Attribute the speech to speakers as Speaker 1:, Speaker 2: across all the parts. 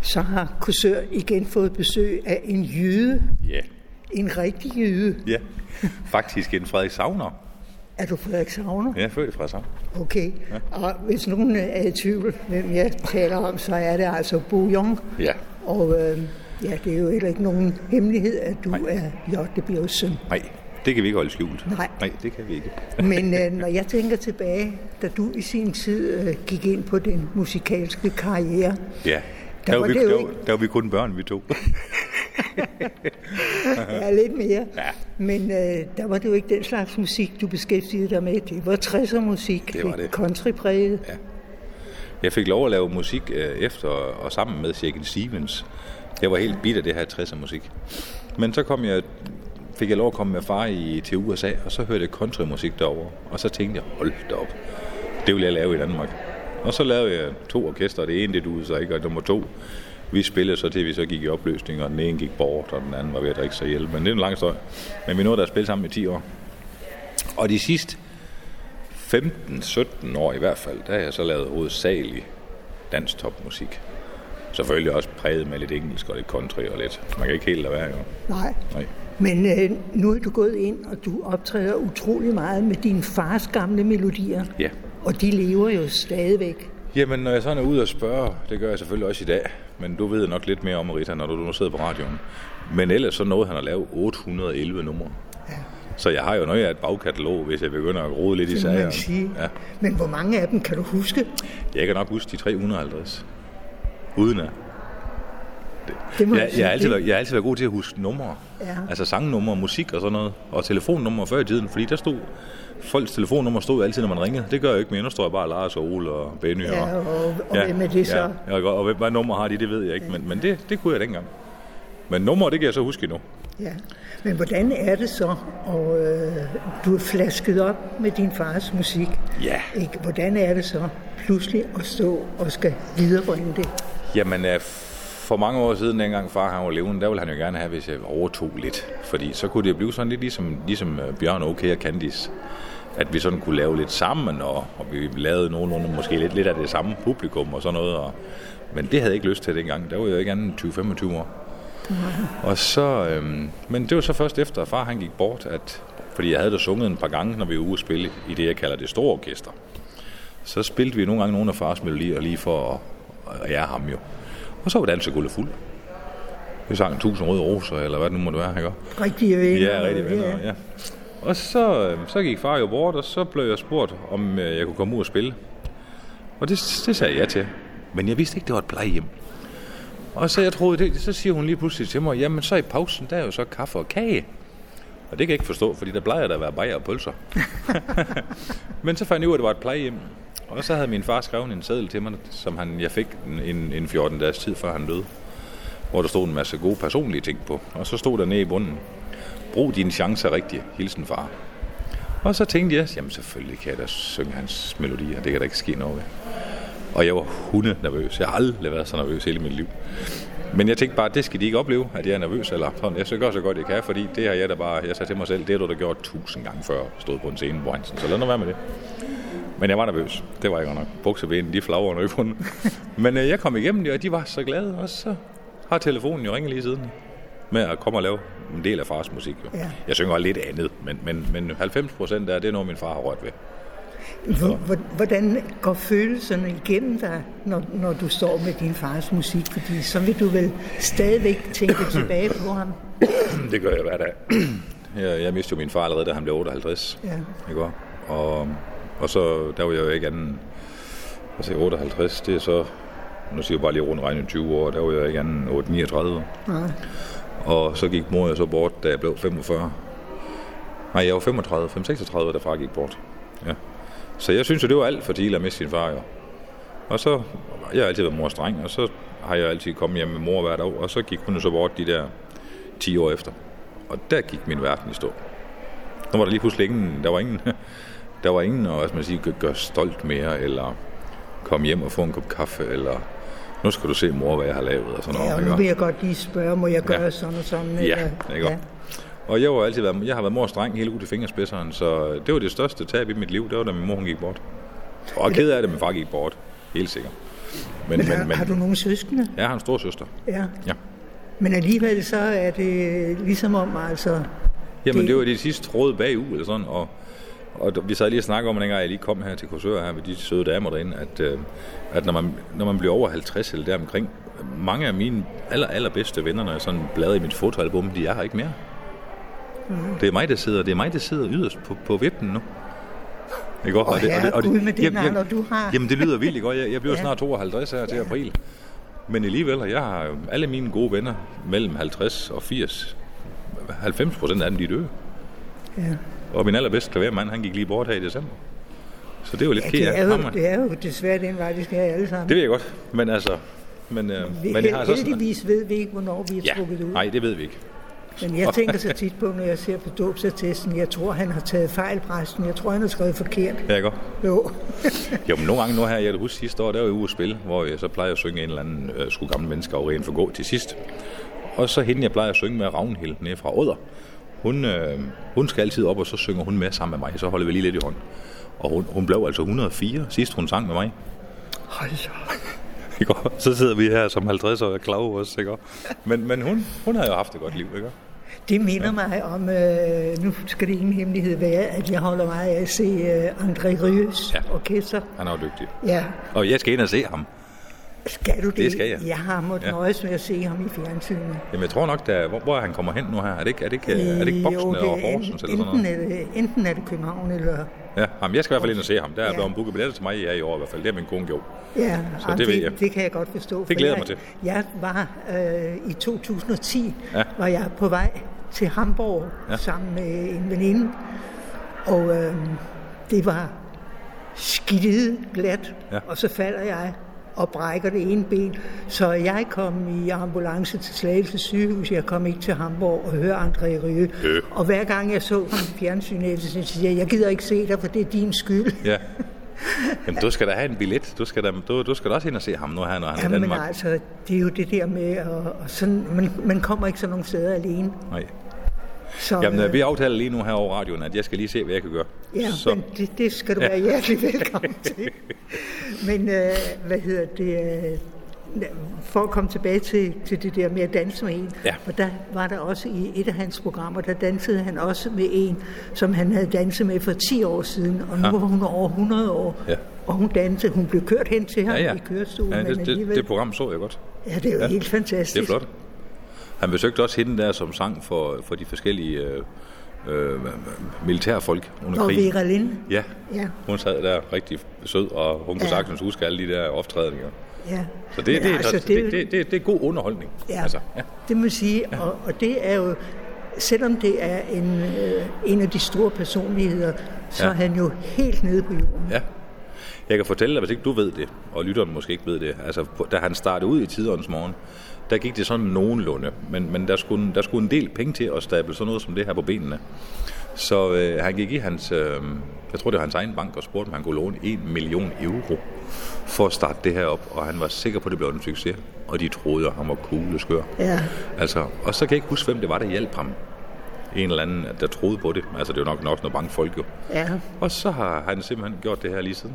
Speaker 1: Så har Korsør igen fået besøg af en jyde,
Speaker 2: Ja,
Speaker 1: en rigtig jyde.
Speaker 2: ja. Faktisk en Frederik Savner.
Speaker 1: Er du Frederik Savner?
Speaker 2: Jeg er født fra Savner.
Speaker 1: Okay. Og hvis nogen er i tvivl, hvem jeg taler om, så er det altså Bo Jong.
Speaker 2: Ja.
Speaker 1: Og øh, ja, det er jo heller ikke nogen hemmelighed, at du Nej. er Jottebjergs søn.
Speaker 2: Nej, det kan vi ikke holde skjult.
Speaker 1: Nej.
Speaker 2: Nej, det kan vi ikke.
Speaker 1: Men øh, når jeg tænker tilbage, da du i sin tid øh, gik ind på den musikalske karriere,
Speaker 2: Ja.
Speaker 1: Der
Speaker 2: Der, var,
Speaker 1: var
Speaker 2: vi,
Speaker 1: det jo
Speaker 2: der,
Speaker 1: ikke-
Speaker 2: var- der var vi kun børn, vi to.
Speaker 1: ja, lidt mere, ja. men øh, der var det jo ikke den slags musik, du beskæftigede dig med. Det var 60'er musik,
Speaker 2: Det var det.
Speaker 1: countrypræget. Ja.
Speaker 2: Jeg fik lov at lave musik øh, efter og sammen med Shaken Stevens. Jeg var helt bit af det her 60'er musik. Men så kom jeg, fik jeg lov at komme med far i, til USA, og så hørte jeg countrymusik derovre. Og så tænkte jeg, hold da op, det vil jeg lave i Danmark. Og så lavede jeg to orkester, det ene det duede så ikke, og nummer to, vi spillede så til, vi så gik i opløsning, og den ene gik bort, og den anden var ved at drikke sig ihjel. Men det er en lang støj. Men vi nåede da at spille sammen i 10 år. Og de sidste 15-17 år i hvert fald, der har jeg så lavet hovedsageligt dansk topmusik. Selvfølgelig også præget med lidt engelsk og lidt country og lidt. Man kan ikke helt lade være, jo.
Speaker 1: Nej.
Speaker 2: Nej.
Speaker 1: Men øh, nu er du gået ind, og du optræder utrolig meget med dine fars gamle melodier.
Speaker 2: Ja.
Speaker 1: Og de lever jo stadigvæk.
Speaker 2: Jamen, når jeg sådan er ude og spørge, det gør jeg selvfølgelig også i dag, men du ved nok lidt mere om Rita, når du nu sidder på radioen. Men ellers så nåede han at lave 811 numre.
Speaker 1: Ja.
Speaker 2: Så jeg har jo noget af et bagkatalog, hvis jeg begynder at rode lidt i
Speaker 1: Det må man
Speaker 2: sagerne.
Speaker 1: sige.
Speaker 2: Ja.
Speaker 1: Men hvor mange af dem kan du huske?
Speaker 2: Jeg kan nok huske de 350. Uden at
Speaker 1: Det må
Speaker 2: Jeg,
Speaker 1: du sige.
Speaker 2: jeg, har altid
Speaker 1: Det-
Speaker 2: været, jeg har altid været god til at huske numre.
Speaker 1: Ja.
Speaker 2: Altså sangnumre, musik og sådan noget. Og telefonnumre før i tiden, fordi der stod... Folks telefonnummer stod jo altid, når man ringede. Det gør jeg ikke mere. Nu står jeg bare Lars og Ole og Benny.
Speaker 1: Ja,
Speaker 2: og,
Speaker 1: og, og ja, hvem er det så? Ja.
Speaker 2: Ja, og, og hvem- hvad nummer har de, det ved jeg ikke. Men, men det, det kunne jeg dengang. Men numre, det kan jeg så huske nu.
Speaker 1: Ja. Men hvordan er det så, og øh, du er flasket op med din fars musik?
Speaker 2: Ja.
Speaker 1: Ikke? Hvordan er det så pludselig at stå og skal viderebringe det?
Speaker 2: Jamen, øh, for mange år siden, dengang far han var levende, der ville han jo gerne have, hvis jeg overtog lidt. Fordi så kunne det blive sådan lidt ligesom, ligesom øh, Bjørn Okay og Candice. At vi sådan kunne lave lidt sammen, og, og vi lavede nogenlunde måske lidt, lidt af det samme publikum og sådan noget. Og, men det havde jeg ikke lyst til dengang. Der var jeg ikke andet end 20-25 år. Og så, øhm, men det var så først efter, at far han gik bort, at, fordi jeg havde da sunget en par gange, når vi var ude at spille i det, jeg kalder det store orkester. Så spillede vi nogle gange nogle af fars melodier lige for at, at ære ham jo. Og så var dansegulvet fuld. Vi sang 1000 røde roser, eller hvad det nu måtte være, ikke?
Speaker 1: Rigtige venner?
Speaker 2: Ja, rigtig venner, ja. Og så, øh, så gik far jo bort, og så blev jeg spurgt, om øh, jeg kunne komme ud og spille. Og det, det sagde jeg ja til. Men jeg vidste ikke, det var et plejehjem. Og så jeg troede det, så siger hun lige pludselig til mig, jamen så i pausen, der er jo så kaffe og kage. Og det kan jeg ikke forstå, fordi der plejer der at være bajer og pølser. Men så fandt jeg ud af, at det var et plejehjem. Og så havde min far skrevet en seddel til mig, som han, jeg fik en, en, en 14 dages tid, før han døde. Hvor der stod en masse gode personlige ting på. Og så stod der nede i bunden, brug dine chancer rigtigt, hilsen far. Og så tænkte jeg, jamen selvfølgelig kan jeg da synge hans melodier, det kan der ikke ske noget ved. Og jeg var hunde nervøs. Jeg har aldrig været så nervøs hele mit liv. Men jeg tænkte bare, det skal de ikke opleve, at jeg er nervøs. Eller sådan. Jeg så gør så godt, jeg kan, fordi det har jeg da bare... Jeg sagde til mig selv, det har du da gjort tusind gange før, stod på en scene på Hansen. Så lad nu være med det. Men jeg var nervøs. Det var jeg godt nok. Buksebenen, de flagrer under øvrigt. Men øh, jeg kom igennem det, og de var så glade. Og så har telefonen jo ringet lige siden med at komme og lave en del af fars musik. Jo.
Speaker 1: Ja.
Speaker 2: Jeg synger lidt andet, men, men, men 90 procent af det er noget, min far har rørt ved.
Speaker 1: Hvor- hvor- Hvordan går følelserne igennem dig, når, når du står med din fars musik? Fordi så vil du vel stadigvæk tænke tilbage på ham?
Speaker 2: Det gør jeg hver dag. jeg, jeg mistede jo min far allerede, da han blev 58.
Speaker 1: Ja.
Speaker 2: Ikke også? og, og så, der var jeg jo ikke anden... Altså 58, det er så... Nu siger jeg bare lige rundt regnet 20 år, der var jeg ikke anden 8, 39.
Speaker 1: Nej.
Speaker 2: Og så gik mor jo så bort, da jeg blev 45. Nej, jeg var 35, 5, 36, da far gik bort. Ja. Så jeg synes jo, det var alt for tidligt at miste sin far, jo. Og så, jeg har altid været mors dreng, og så har jeg altid kommet hjem med mor hver dag, og så gik hun jo så bort de der 10 år efter. Og der gik min verden i stå. Nu var der lige pludselig ingen, der var ingen, der var ingen, og hvad skal man sige, gør stolt mere, eller kom hjem og få en kop kaffe, eller nu skal du se mor, hvad jeg har lavet, og sådan noget.
Speaker 1: Ja, og
Speaker 2: ikke
Speaker 1: nu
Speaker 2: også?
Speaker 1: vil jeg godt lige spørge, må jeg gøre
Speaker 2: Ja.
Speaker 1: sådan og sådan?
Speaker 2: Ja, ikke ja. Og jeg, var altid været, jeg har været mors dreng helt ud til fingerspidseren, så det var det største tab i mit liv, det var da min mor hun gik bort. Og ked af det, min far gik bort. Helt sikkert.
Speaker 1: Men, men, har, men, har du nogen søskende?
Speaker 2: Jeg har en stor søster.
Speaker 1: Ja.
Speaker 2: ja.
Speaker 1: Men alligevel så er det ligesom om, altså...
Speaker 2: Jamen, det, det var det sidste råd bag u eller sådan, og, og vi sad lige og snakkede om, dengang jeg lige kom her til Korsør her med de søde damer derinde, at, øh, at når, man, når man bliver over 50 eller deromkring, mange af mine aller, allerbedste venner, når jeg sådan bladrer i mit fotoalbum, de er her ikke mere.
Speaker 1: Mm-hmm.
Speaker 2: Mm. Det er mig, der sidder, det er mig, der sidder yderst på, på vippen nu.
Speaker 1: Ikke? Og, og, det, og, det, og det, Gud med det navn, du har.
Speaker 2: Jamen, det lyder vildt godt. Jeg, jeg bliver ja. snart 52 her til ja. april. Men alligevel, jeg har alle mine gode venner mellem 50 og 80. 90 procent af dem, de er døde. Ja. Og min allerbedste klavermand, han gik lige bort her i december. Så det er jo lidt ja,
Speaker 1: det er jo, det er jo desværre den vej, vi skal have alle sammen.
Speaker 2: Det ved jeg godt, men altså... Men, øh,
Speaker 1: vi,
Speaker 2: men
Speaker 1: jeg har så heldigvis sådan, ved vi ikke, hvornår vi er ja, trukket ud.
Speaker 2: Nej, det ved vi ikke.
Speaker 1: Men jeg tænker så tit på, når jeg ser på dåbsattesten, jeg tror, han har taget fejl, præsten. Jeg tror, han har skrevet forkert.
Speaker 2: Ja, ikke?
Speaker 1: Jo.
Speaker 2: jo, men nogle gange nu her, jeg husker sidste år, der var jeg ude at spille, hvor jeg så plejer at synge en eller anden øh, skulle gamle mennesker og rent forgå til sidst. Og så hende, jeg plejer at synge med Ragnhild nede fra Odder. Hun, øh, hun skal altid op, og så synger hun med sammen med mig. Så holder vi lige lidt i hånden. Og hun, hun blev altså 104, sidst hun sang med mig.
Speaker 1: Hold
Speaker 2: ikke? Så sidder vi her som 50 år og klager os, ikke? Men, men hun, hun har jo haft et godt liv, ikke?
Speaker 1: Det minder ja. mig om, øh, nu skal det ingen hemmelighed være, at jeg holder meget af at se øh, André Rieu's ja. orkester.
Speaker 2: Han er jo dygtig.
Speaker 1: Ja.
Speaker 2: Og jeg skal ind og se ham.
Speaker 1: Skal du det?
Speaker 2: Det skal jeg.
Speaker 1: Jeg har måttet ja. nøjes med at se ham i fjernsynet.
Speaker 2: Jamen jeg tror nok, der, hvor, hvor han kommer hen nu her. Er det ikke, er det ikke, er det ikke Boksen jo, det eller Horsens eller sådan noget?
Speaker 1: Er det, enten er det København eller...
Speaker 2: Ja, jamen, jeg skal i hvert fald ind og se ham. Der er ja. blevet booket billetter til mig ja, i år i hvert fald. Det har min kone gjort.
Speaker 1: Ja, så det, det, ved jeg. det kan jeg godt forstå.
Speaker 2: Det glæder for jeg, mig
Speaker 1: til. Jeg var øh, i 2010, ja. var jeg på vej til Hamburg ja. sammen med en veninde. Og øh, det var skide glat. Ja. Og så falder jeg og brækker det ene ben. Så jeg kom i ambulance til Slagelse sygehus. Jeg kom ikke til Hamburg og hørte André Rieu. Øh. Og hver gang jeg så ham i fjernsynet, så siger jeg, jeg gider ikke se dig, for det er din skyld.
Speaker 2: Ja. Jamen, du skal da have en billet. Du skal da, du, du skal da også ind og se ham nu her, når han
Speaker 1: Jamen,
Speaker 2: er i Danmark.
Speaker 1: Men altså, det er jo det der med, at, og sådan, man, man kommer ikke sådan nogle steder alene.
Speaker 2: Nej. Så, Jamen, øh, vi aftaler lige nu her over radioen, at jeg skal lige se, hvad jeg kan gøre.
Speaker 1: øh, Ja, så. men det, det skal du være hjertelig velkommen til. Men øh, hvad hedder det... Øh, for at komme tilbage til, til det der med at danse med en,
Speaker 2: ja.
Speaker 1: og der var der også i et af hans programmer, der dansede han også med en, som han havde danset med for 10 år siden, og nu ja. var hun over 100 år, ja. og hun dansede, hun blev kørt hen til ham ja, ja. i kørestolen.
Speaker 2: Ja, det, det, det program så jeg godt.
Speaker 1: Ja, det er jo ja. helt fantastisk.
Speaker 2: Det er flot. Han besøgte også hende der, som sang for, for de forskellige øh, øh, militærfolk under
Speaker 1: og
Speaker 2: krigen.
Speaker 1: Og Vera Lind.
Speaker 2: Ja. ja, hun sad der rigtig sød, og hun kunne ja. sagtens huske alle de der optrædninger.
Speaker 1: Ja.
Speaker 2: Så det, det, altså, det, det, det, det, det er god underholdning.
Speaker 1: Ja, altså, ja. det må sige, ja. og, og det er jo, selvom det er en, øh, en af de store personligheder, så ja. er han jo helt nede på jorden.
Speaker 2: Ja. Jeg kan fortælle dig, hvis ikke du ved det, og lytteren måske ikke ved det, altså da han startede ud i tiderens morgen, der gik det sådan nogenlunde, men, men der, skulle, der skulle en del penge til at stable sådan noget som det her på benene. Så øh, han gik i hans, øh, jeg tror det var hans egen bank, og spurgte, om han kunne låne 1 million euro for at starte det her op, og han var sikker på, at det blev en succes, og de troede, at han var cool og skør.
Speaker 1: Ja.
Speaker 2: Altså, og så kan jeg ikke huske, hvem det var, der hjalp ham. En eller anden, der troede på det. Altså, det var nok nok noget bankfolk jo.
Speaker 1: Ja.
Speaker 2: Og så har han simpelthen gjort det her lige siden.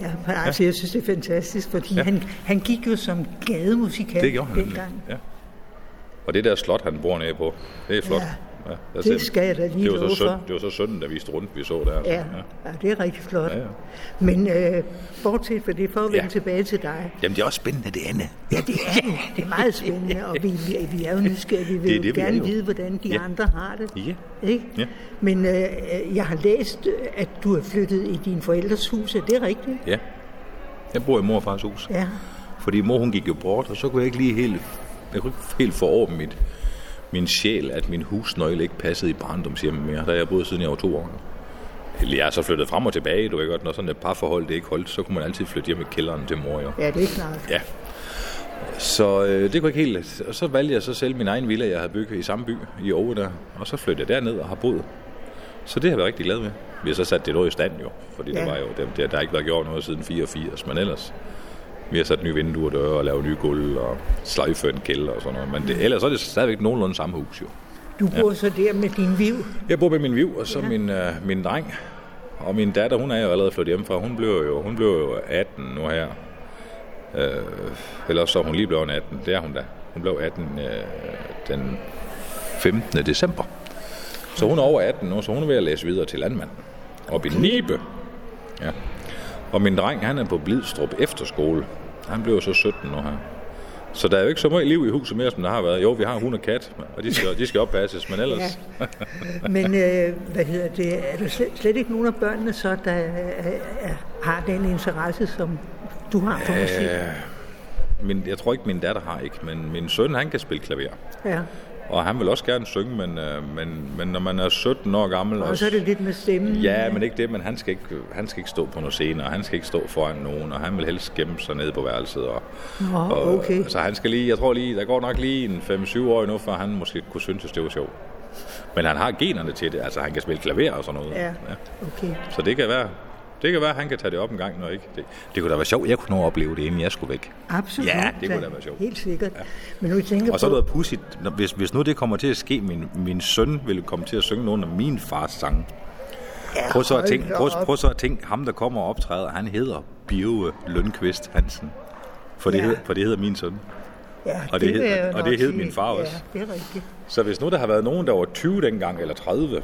Speaker 1: Ja, men altså, ja. jeg synes, det er fantastisk, fordi ja. han, han gik jo som gademusikant
Speaker 2: det gjorde han,
Speaker 1: dengang.
Speaker 2: Ja. Og det der slot, han bor nede på, det er flot.
Speaker 1: Ja. Ja, det skal jeg da lige
Speaker 2: det var, så
Speaker 1: søn,
Speaker 2: det var så sønnen, der viste rundt, vi så der.
Speaker 1: Ja, ja. ja det er rigtig flot. Ja, ja. Men øh, bortset fra det, for at vende ja. tilbage til dig.
Speaker 2: Jamen, det er også spændende, det andet.
Speaker 1: Ja, det er det. Det er meget spændende, og vi, vi, vi er jo nysgerrige. Vi vil det det, vi gerne vi vide, hvordan de ja. andre har det.
Speaker 2: Ja.
Speaker 1: Ikke?
Speaker 2: Ja.
Speaker 1: Men øh, jeg har læst, at du er flyttet i din forældres hus. Er det rigtigt?
Speaker 2: Ja. Jeg bor i mor og fars hus.
Speaker 1: Ja.
Speaker 2: Fordi mor, hun gik jo bort, og så kunne jeg ikke lige helt, jeg kunne ikke helt få over mit, min sjæl, at min husnøgle ikke passede i barndomshjemmet mere. Der har jeg boet siden jeg var to år. Eller jeg er så flyttet frem og tilbage, du ved godt, når sådan et parforhold det ikke holdt, så kunne man altid flytte hjem i kælderen til mor. Jo.
Speaker 1: Ja, det er klart.
Speaker 2: Ja. Så øh, det kunne ikke helt... Og så valgte jeg så selv min egen villa, jeg havde bygget i samme by, i Aarhus der. Og så flyttede jeg derned og har boet. Så det har jeg været rigtig glad med. Vi har så sat det noget i stand jo, fordi ja. der, var jo, der, der, der har ikke været gjort noget siden 84, men ellers vi har sat nye vinduer og døre og lavet nye gulv og sløjfet en kælder og sådan noget. Men det, ellers er det stadigvæk nogenlunde samme hus jo.
Speaker 1: Du bor ja. så der med din viv?
Speaker 2: Jeg bor med min viv og så ja. min, øh, min dreng. Og min datter, hun er jo allerede flyttet hjemmefra. Hun blev jo, hun blev jo 18 nu her. Øh, eller så er hun lige blevet 18. Det er hun da. Hun blev 18 øh, den 15. december. Så hun er over 18 nu, så hun er ved at læse videre til landmand. Op i Nibe. Ja. Og min dreng, han er på Blidstrup efterskole. Han blev så 17 nu her. Så der er jo ikke så meget liv i huset mere, som der har været. Jo, vi har hund og kat, og de skal, de skal oppasses, men ellers...
Speaker 1: Ja. Men øh, hvad hedder det? Er der slet, slet ikke nogen af børnene så, der øh, har den interesse, som du har for musik?
Speaker 2: Øh, min, jeg tror ikke, min datter har ikke, men min søn, han kan spille klaver.
Speaker 1: Ja.
Speaker 2: Og han vil også gerne synge, men, øh, men, men når man er 17 år gammel...
Speaker 1: Og så er det lidt med stemmen.
Speaker 2: Ja, men ikke det, men han skal ikke, han skal ikke stå på noget scene, og han skal ikke stå foran nogen, og han vil helst gemme sig nede på værelset. Og,
Speaker 1: Nå,
Speaker 2: og,
Speaker 1: okay.
Speaker 2: Så han skal lige, jeg tror lige, der går nok lige en 5-7 år endnu, før han måske kunne synes, at det var sjovt. Men han har generne til det, altså han kan spille klaver og sådan noget.
Speaker 1: Ja, okay.
Speaker 2: Så det kan være, det kan være, at han kan tage det op en gang, når ikke. Det, det kunne da være sjovt, jeg kunne nå at opleve det, inden jeg skulle væk.
Speaker 1: Absolut.
Speaker 2: Ja, det kunne da være sjovt.
Speaker 1: Helt sikkert. Ja. Men nu tænker
Speaker 2: Og så er
Speaker 1: på-
Speaker 2: noget pudsigt, når- hvis, hvis nu det kommer til at ske, min, min søn ville komme til at synge nogle af min fars sange.
Speaker 1: Ja,
Speaker 2: Prøv så at
Speaker 1: hold
Speaker 2: tænke,
Speaker 1: da
Speaker 2: prøv,
Speaker 1: op.
Speaker 2: prøv så at tænke ham der kommer og optræder, han hedder Birge Lundqvist Hansen. For det,
Speaker 1: Ja.
Speaker 2: ja. hed, for det hedder min søn.
Speaker 1: Ja,
Speaker 2: og det
Speaker 1: vil
Speaker 2: hed-
Speaker 1: jeg
Speaker 2: og
Speaker 1: nok
Speaker 2: det hed
Speaker 1: sige.
Speaker 2: min far også.
Speaker 1: Ja, det er rigtigt.
Speaker 2: Så hvis nu der har været nogen, der var 20 dengang, eller 30,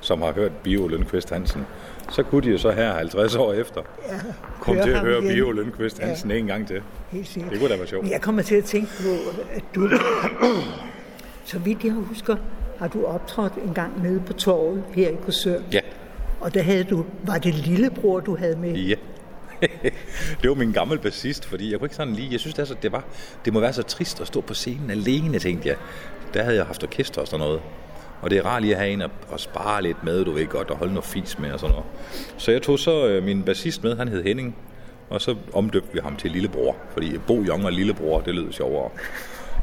Speaker 2: som har hørt Bio Lundqvist Hansen, så kunne de jo så her 50 år efter
Speaker 1: Ja,
Speaker 2: komme til at
Speaker 1: ham
Speaker 2: høre
Speaker 1: igen.
Speaker 2: Bio Lundqvist Hansen ja. en gang til.
Speaker 1: Helt sikkert.
Speaker 2: Det kunne da være sjovt.
Speaker 1: Men jeg kommer til at tænke på, at du... så vidt jeg husker, har du optrådt en gang nede på torvet her i Korsør.
Speaker 2: Ja,
Speaker 1: Og der havde du... Var det lillebror, du havde med?
Speaker 2: ja. det var min gammel bassist, fordi jeg kunne ikke sådan lige, jeg synes det, er så, det, var, det må være så trist at stå på scenen alene, tænkte jeg. Der havde jeg haft orkester og sådan noget. Og det er rart lige at have en at, at spare lidt med, du ved godt, og holde noget fis med og sådan noget. Så jeg tog så øh, min bassist med, han hed Henning, og så omdøbte vi ham til Lillebror, fordi Bo Jong og Lillebror, det lød sjovere.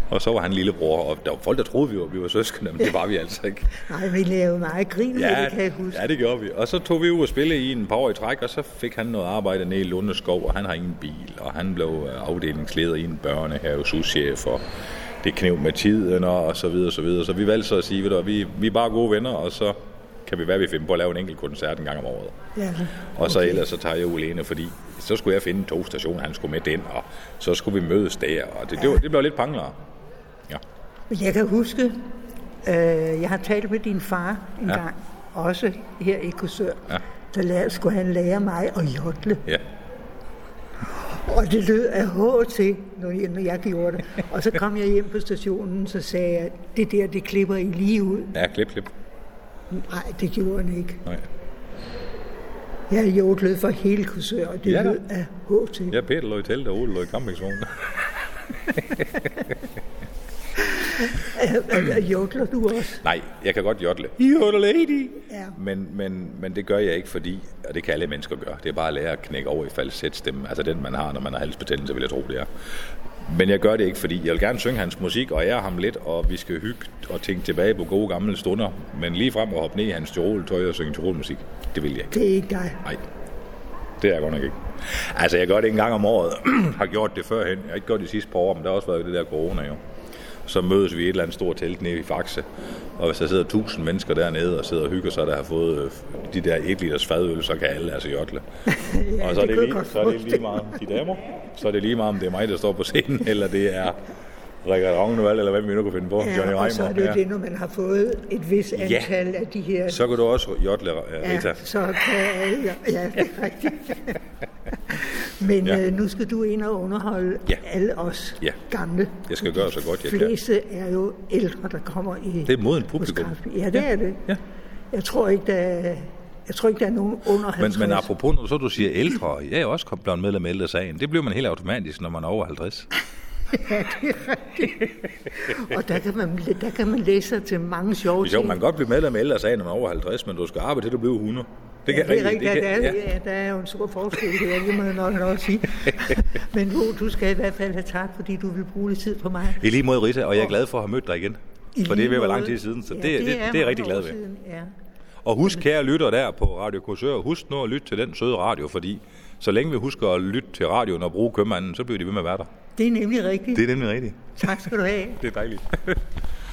Speaker 2: Og så var han lillebror, og der var folk, der troede, vi var, vi var søskende, men det var vi altså ikke.
Speaker 1: Nej, vi lavede meget grin med det, kan jeg huske.
Speaker 2: Ja, det gjorde vi. Og så tog vi ud og spille i en par år i træk, og så fik han noget arbejde nede i Lundeskov, og han har ingen bil, og han blev øh, afdelingsleder i en børnehave, souschef, og det knev med tiden, og, og så videre, så videre. Så vi valgte så at sige, ved du, hvad, vi, vi er bare gode venner, og så kan vi være, vi finder på at lave en enkelt koncert en gang om året.
Speaker 1: Ja.
Speaker 2: Og så ellers så tager jeg Ulene, fordi så skulle jeg finde to stationer, han skulle med den, og så skulle vi mødes der, og det, det, var, det blev lidt panglere. Ja.
Speaker 1: Men jeg kan huske, øh, jeg har talt med din far en ja.
Speaker 2: Ja.
Speaker 1: gang, også her i Korsør.
Speaker 2: Ja.
Speaker 1: Der lærte, skulle han lære mig at jodle.
Speaker 2: ja.
Speaker 1: Og det lød af hår til, når jeg, når jeg gjorde det. Og så kom jeg hjem på stationen, så sagde jeg, det der, det klipper I lige ud.
Speaker 2: Ja, klip, klip.
Speaker 1: Nej, det gjorde han ikke.
Speaker 2: Nej.
Speaker 1: Jeg jodlede for hele kursør, og det
Speaker 2: Ja
Speaker 1: ja,
Speaker 2: da.
Speaker 1: lød af hår til. Ja.
Speaker 2: Ja, Peter lå i telt, og Ole lå i campingvognen.
Speaker 1: Jodler du også?
Speaker 2: Nej, jeg kan godt jodle. Jodle lady!
Speaker 1: Ja.
Speaker 2: Men, men, men det gør jeg ikke, fordi, og det kan alle mennesker gøre, det er bare at lære at knække over i falsetstemmen, altså den, man har, når man har halsbetændelse, vil jeg tro, det er. Men jeg gør det ikke, fordi jeg vil gerne synge hans musik og ære ham lidt, og vi skal hygge og tænke tilbage på gode gamle stunder. Men lige frem og hoppe ned i hans tyrol-tøj og synge tyrolmusik, det vil jeg ikke.
Speaker 1: Det er ikke dig.
Speaker 2: Nej, det er jeg godt nok ikke. Altså, jeg gør det en gang om året. har gjort det førhen. Jeg har ikke gjort det de sidste par år, men der har også været det der corona jo. Så mødes vi i et eller andet stort telt nede i Faxe. Og hvis der sidder tusind mennesker dernede og sidder og hygger sig, der har fået øh, de der 1 liters fadøl, så kan alle altså jodle. ja, og så er
Speaker 1: det kunne jeg
Speaker 2: det, lige,
Speaker 1: godt
Speaker 2: så er det
Speaker 1: forestille
Speaker 2: lige meget om de damer. Så er det lige meget om det er mig, der står på scenen, eller det er Rikard Rogneval, eller hvad vi nu kan finde på. Johnny
Speaker 1: og så er
Speaker 2: Reimer.
Speaker 1: det jo det, når man har fået et vis antal af de her...
Speaker 2: Så kan du også jodle, øh, Rita.
Speaker 1: ja, så kan ja, ja, det er rigtigt. Men
Speaker 2: Ja.
Speaker 1: ja. øh, nu skal du ind og underholde
Speaker 2: Ja.
Speaker 1: alle os
Speaker 2: Ja.
Speaker 1: gamle.
Speaker 2: Jeg skal gøre så godt, jeg
Speaker 1: De
Speaker 2: kan.
Speaker 1: fleste er jo ældre, der kommer i...
Speaker 2: Det er moden publikum.
Speaker 1: hos Kraft. Ja, det er det.
Speaker 2: Ja.
Speaker 1: Jeg tror ikke, der er, jeg tror ikke, der er nogen under 50.
Speaker 2: Men, men apropos, når så du siger ældre, jeg er jo også kommet- blevet medlem af ældre sagen. Det bliver man helt automatisk, når man er over 50.
Speaker 1: Og der kan, man, der kan man læse sig til mange sjove
Speaker 2: Jo,
Speaker 1: ting.
Speaker 2: man kan godt blive medlem af ældre sagen, når man er over 50, men du skal arbejde til du bliver 100. Det
Speaker 1: Ja, det er rigtigt,
Speaker 2: det
Speaker 1: der,
Speaker 2: kan-
Speaker 1: er, ja. der er jo en stor forskel her, det må jeg nok også sige. Men Bo, du skal i hvert fald have tak, fordi du vil bruge lidt tid på mig.
Speaker 2: I lige måde, Rita, og jeg er glad for at have mødt dig igen.
Speaker 1: I
Speaker 2: For det er ved
Speaker 1: lige
Speaker 2: at være lang
Speaker 1: måde.
Speaker 2: tid siden, så
Speaker 1: Ja,
Speaker 2: det, det, det, er jeg
Speaker 1: mange
Speaker 2: rigtig glad
Speaker 1: år
Speaker 2: ved.
Speaker 1: siden, Ja.
Speaker 2: Og husk, kære lytter der på Radio Korsør, husk nu at lytte til den søde radio, fordi så længe vi husker at lytte til radioen og bruge købmanden, så bliver de ved med at være der.
Speaker 1: Det er nemlig rigtigt.
Speaker 2: Det
Speaker 1: Det.
Speaker 2: er nemlig rigtigt.
Speaker 1: Tak skal du have.
Speaker 2: Det er dejligt.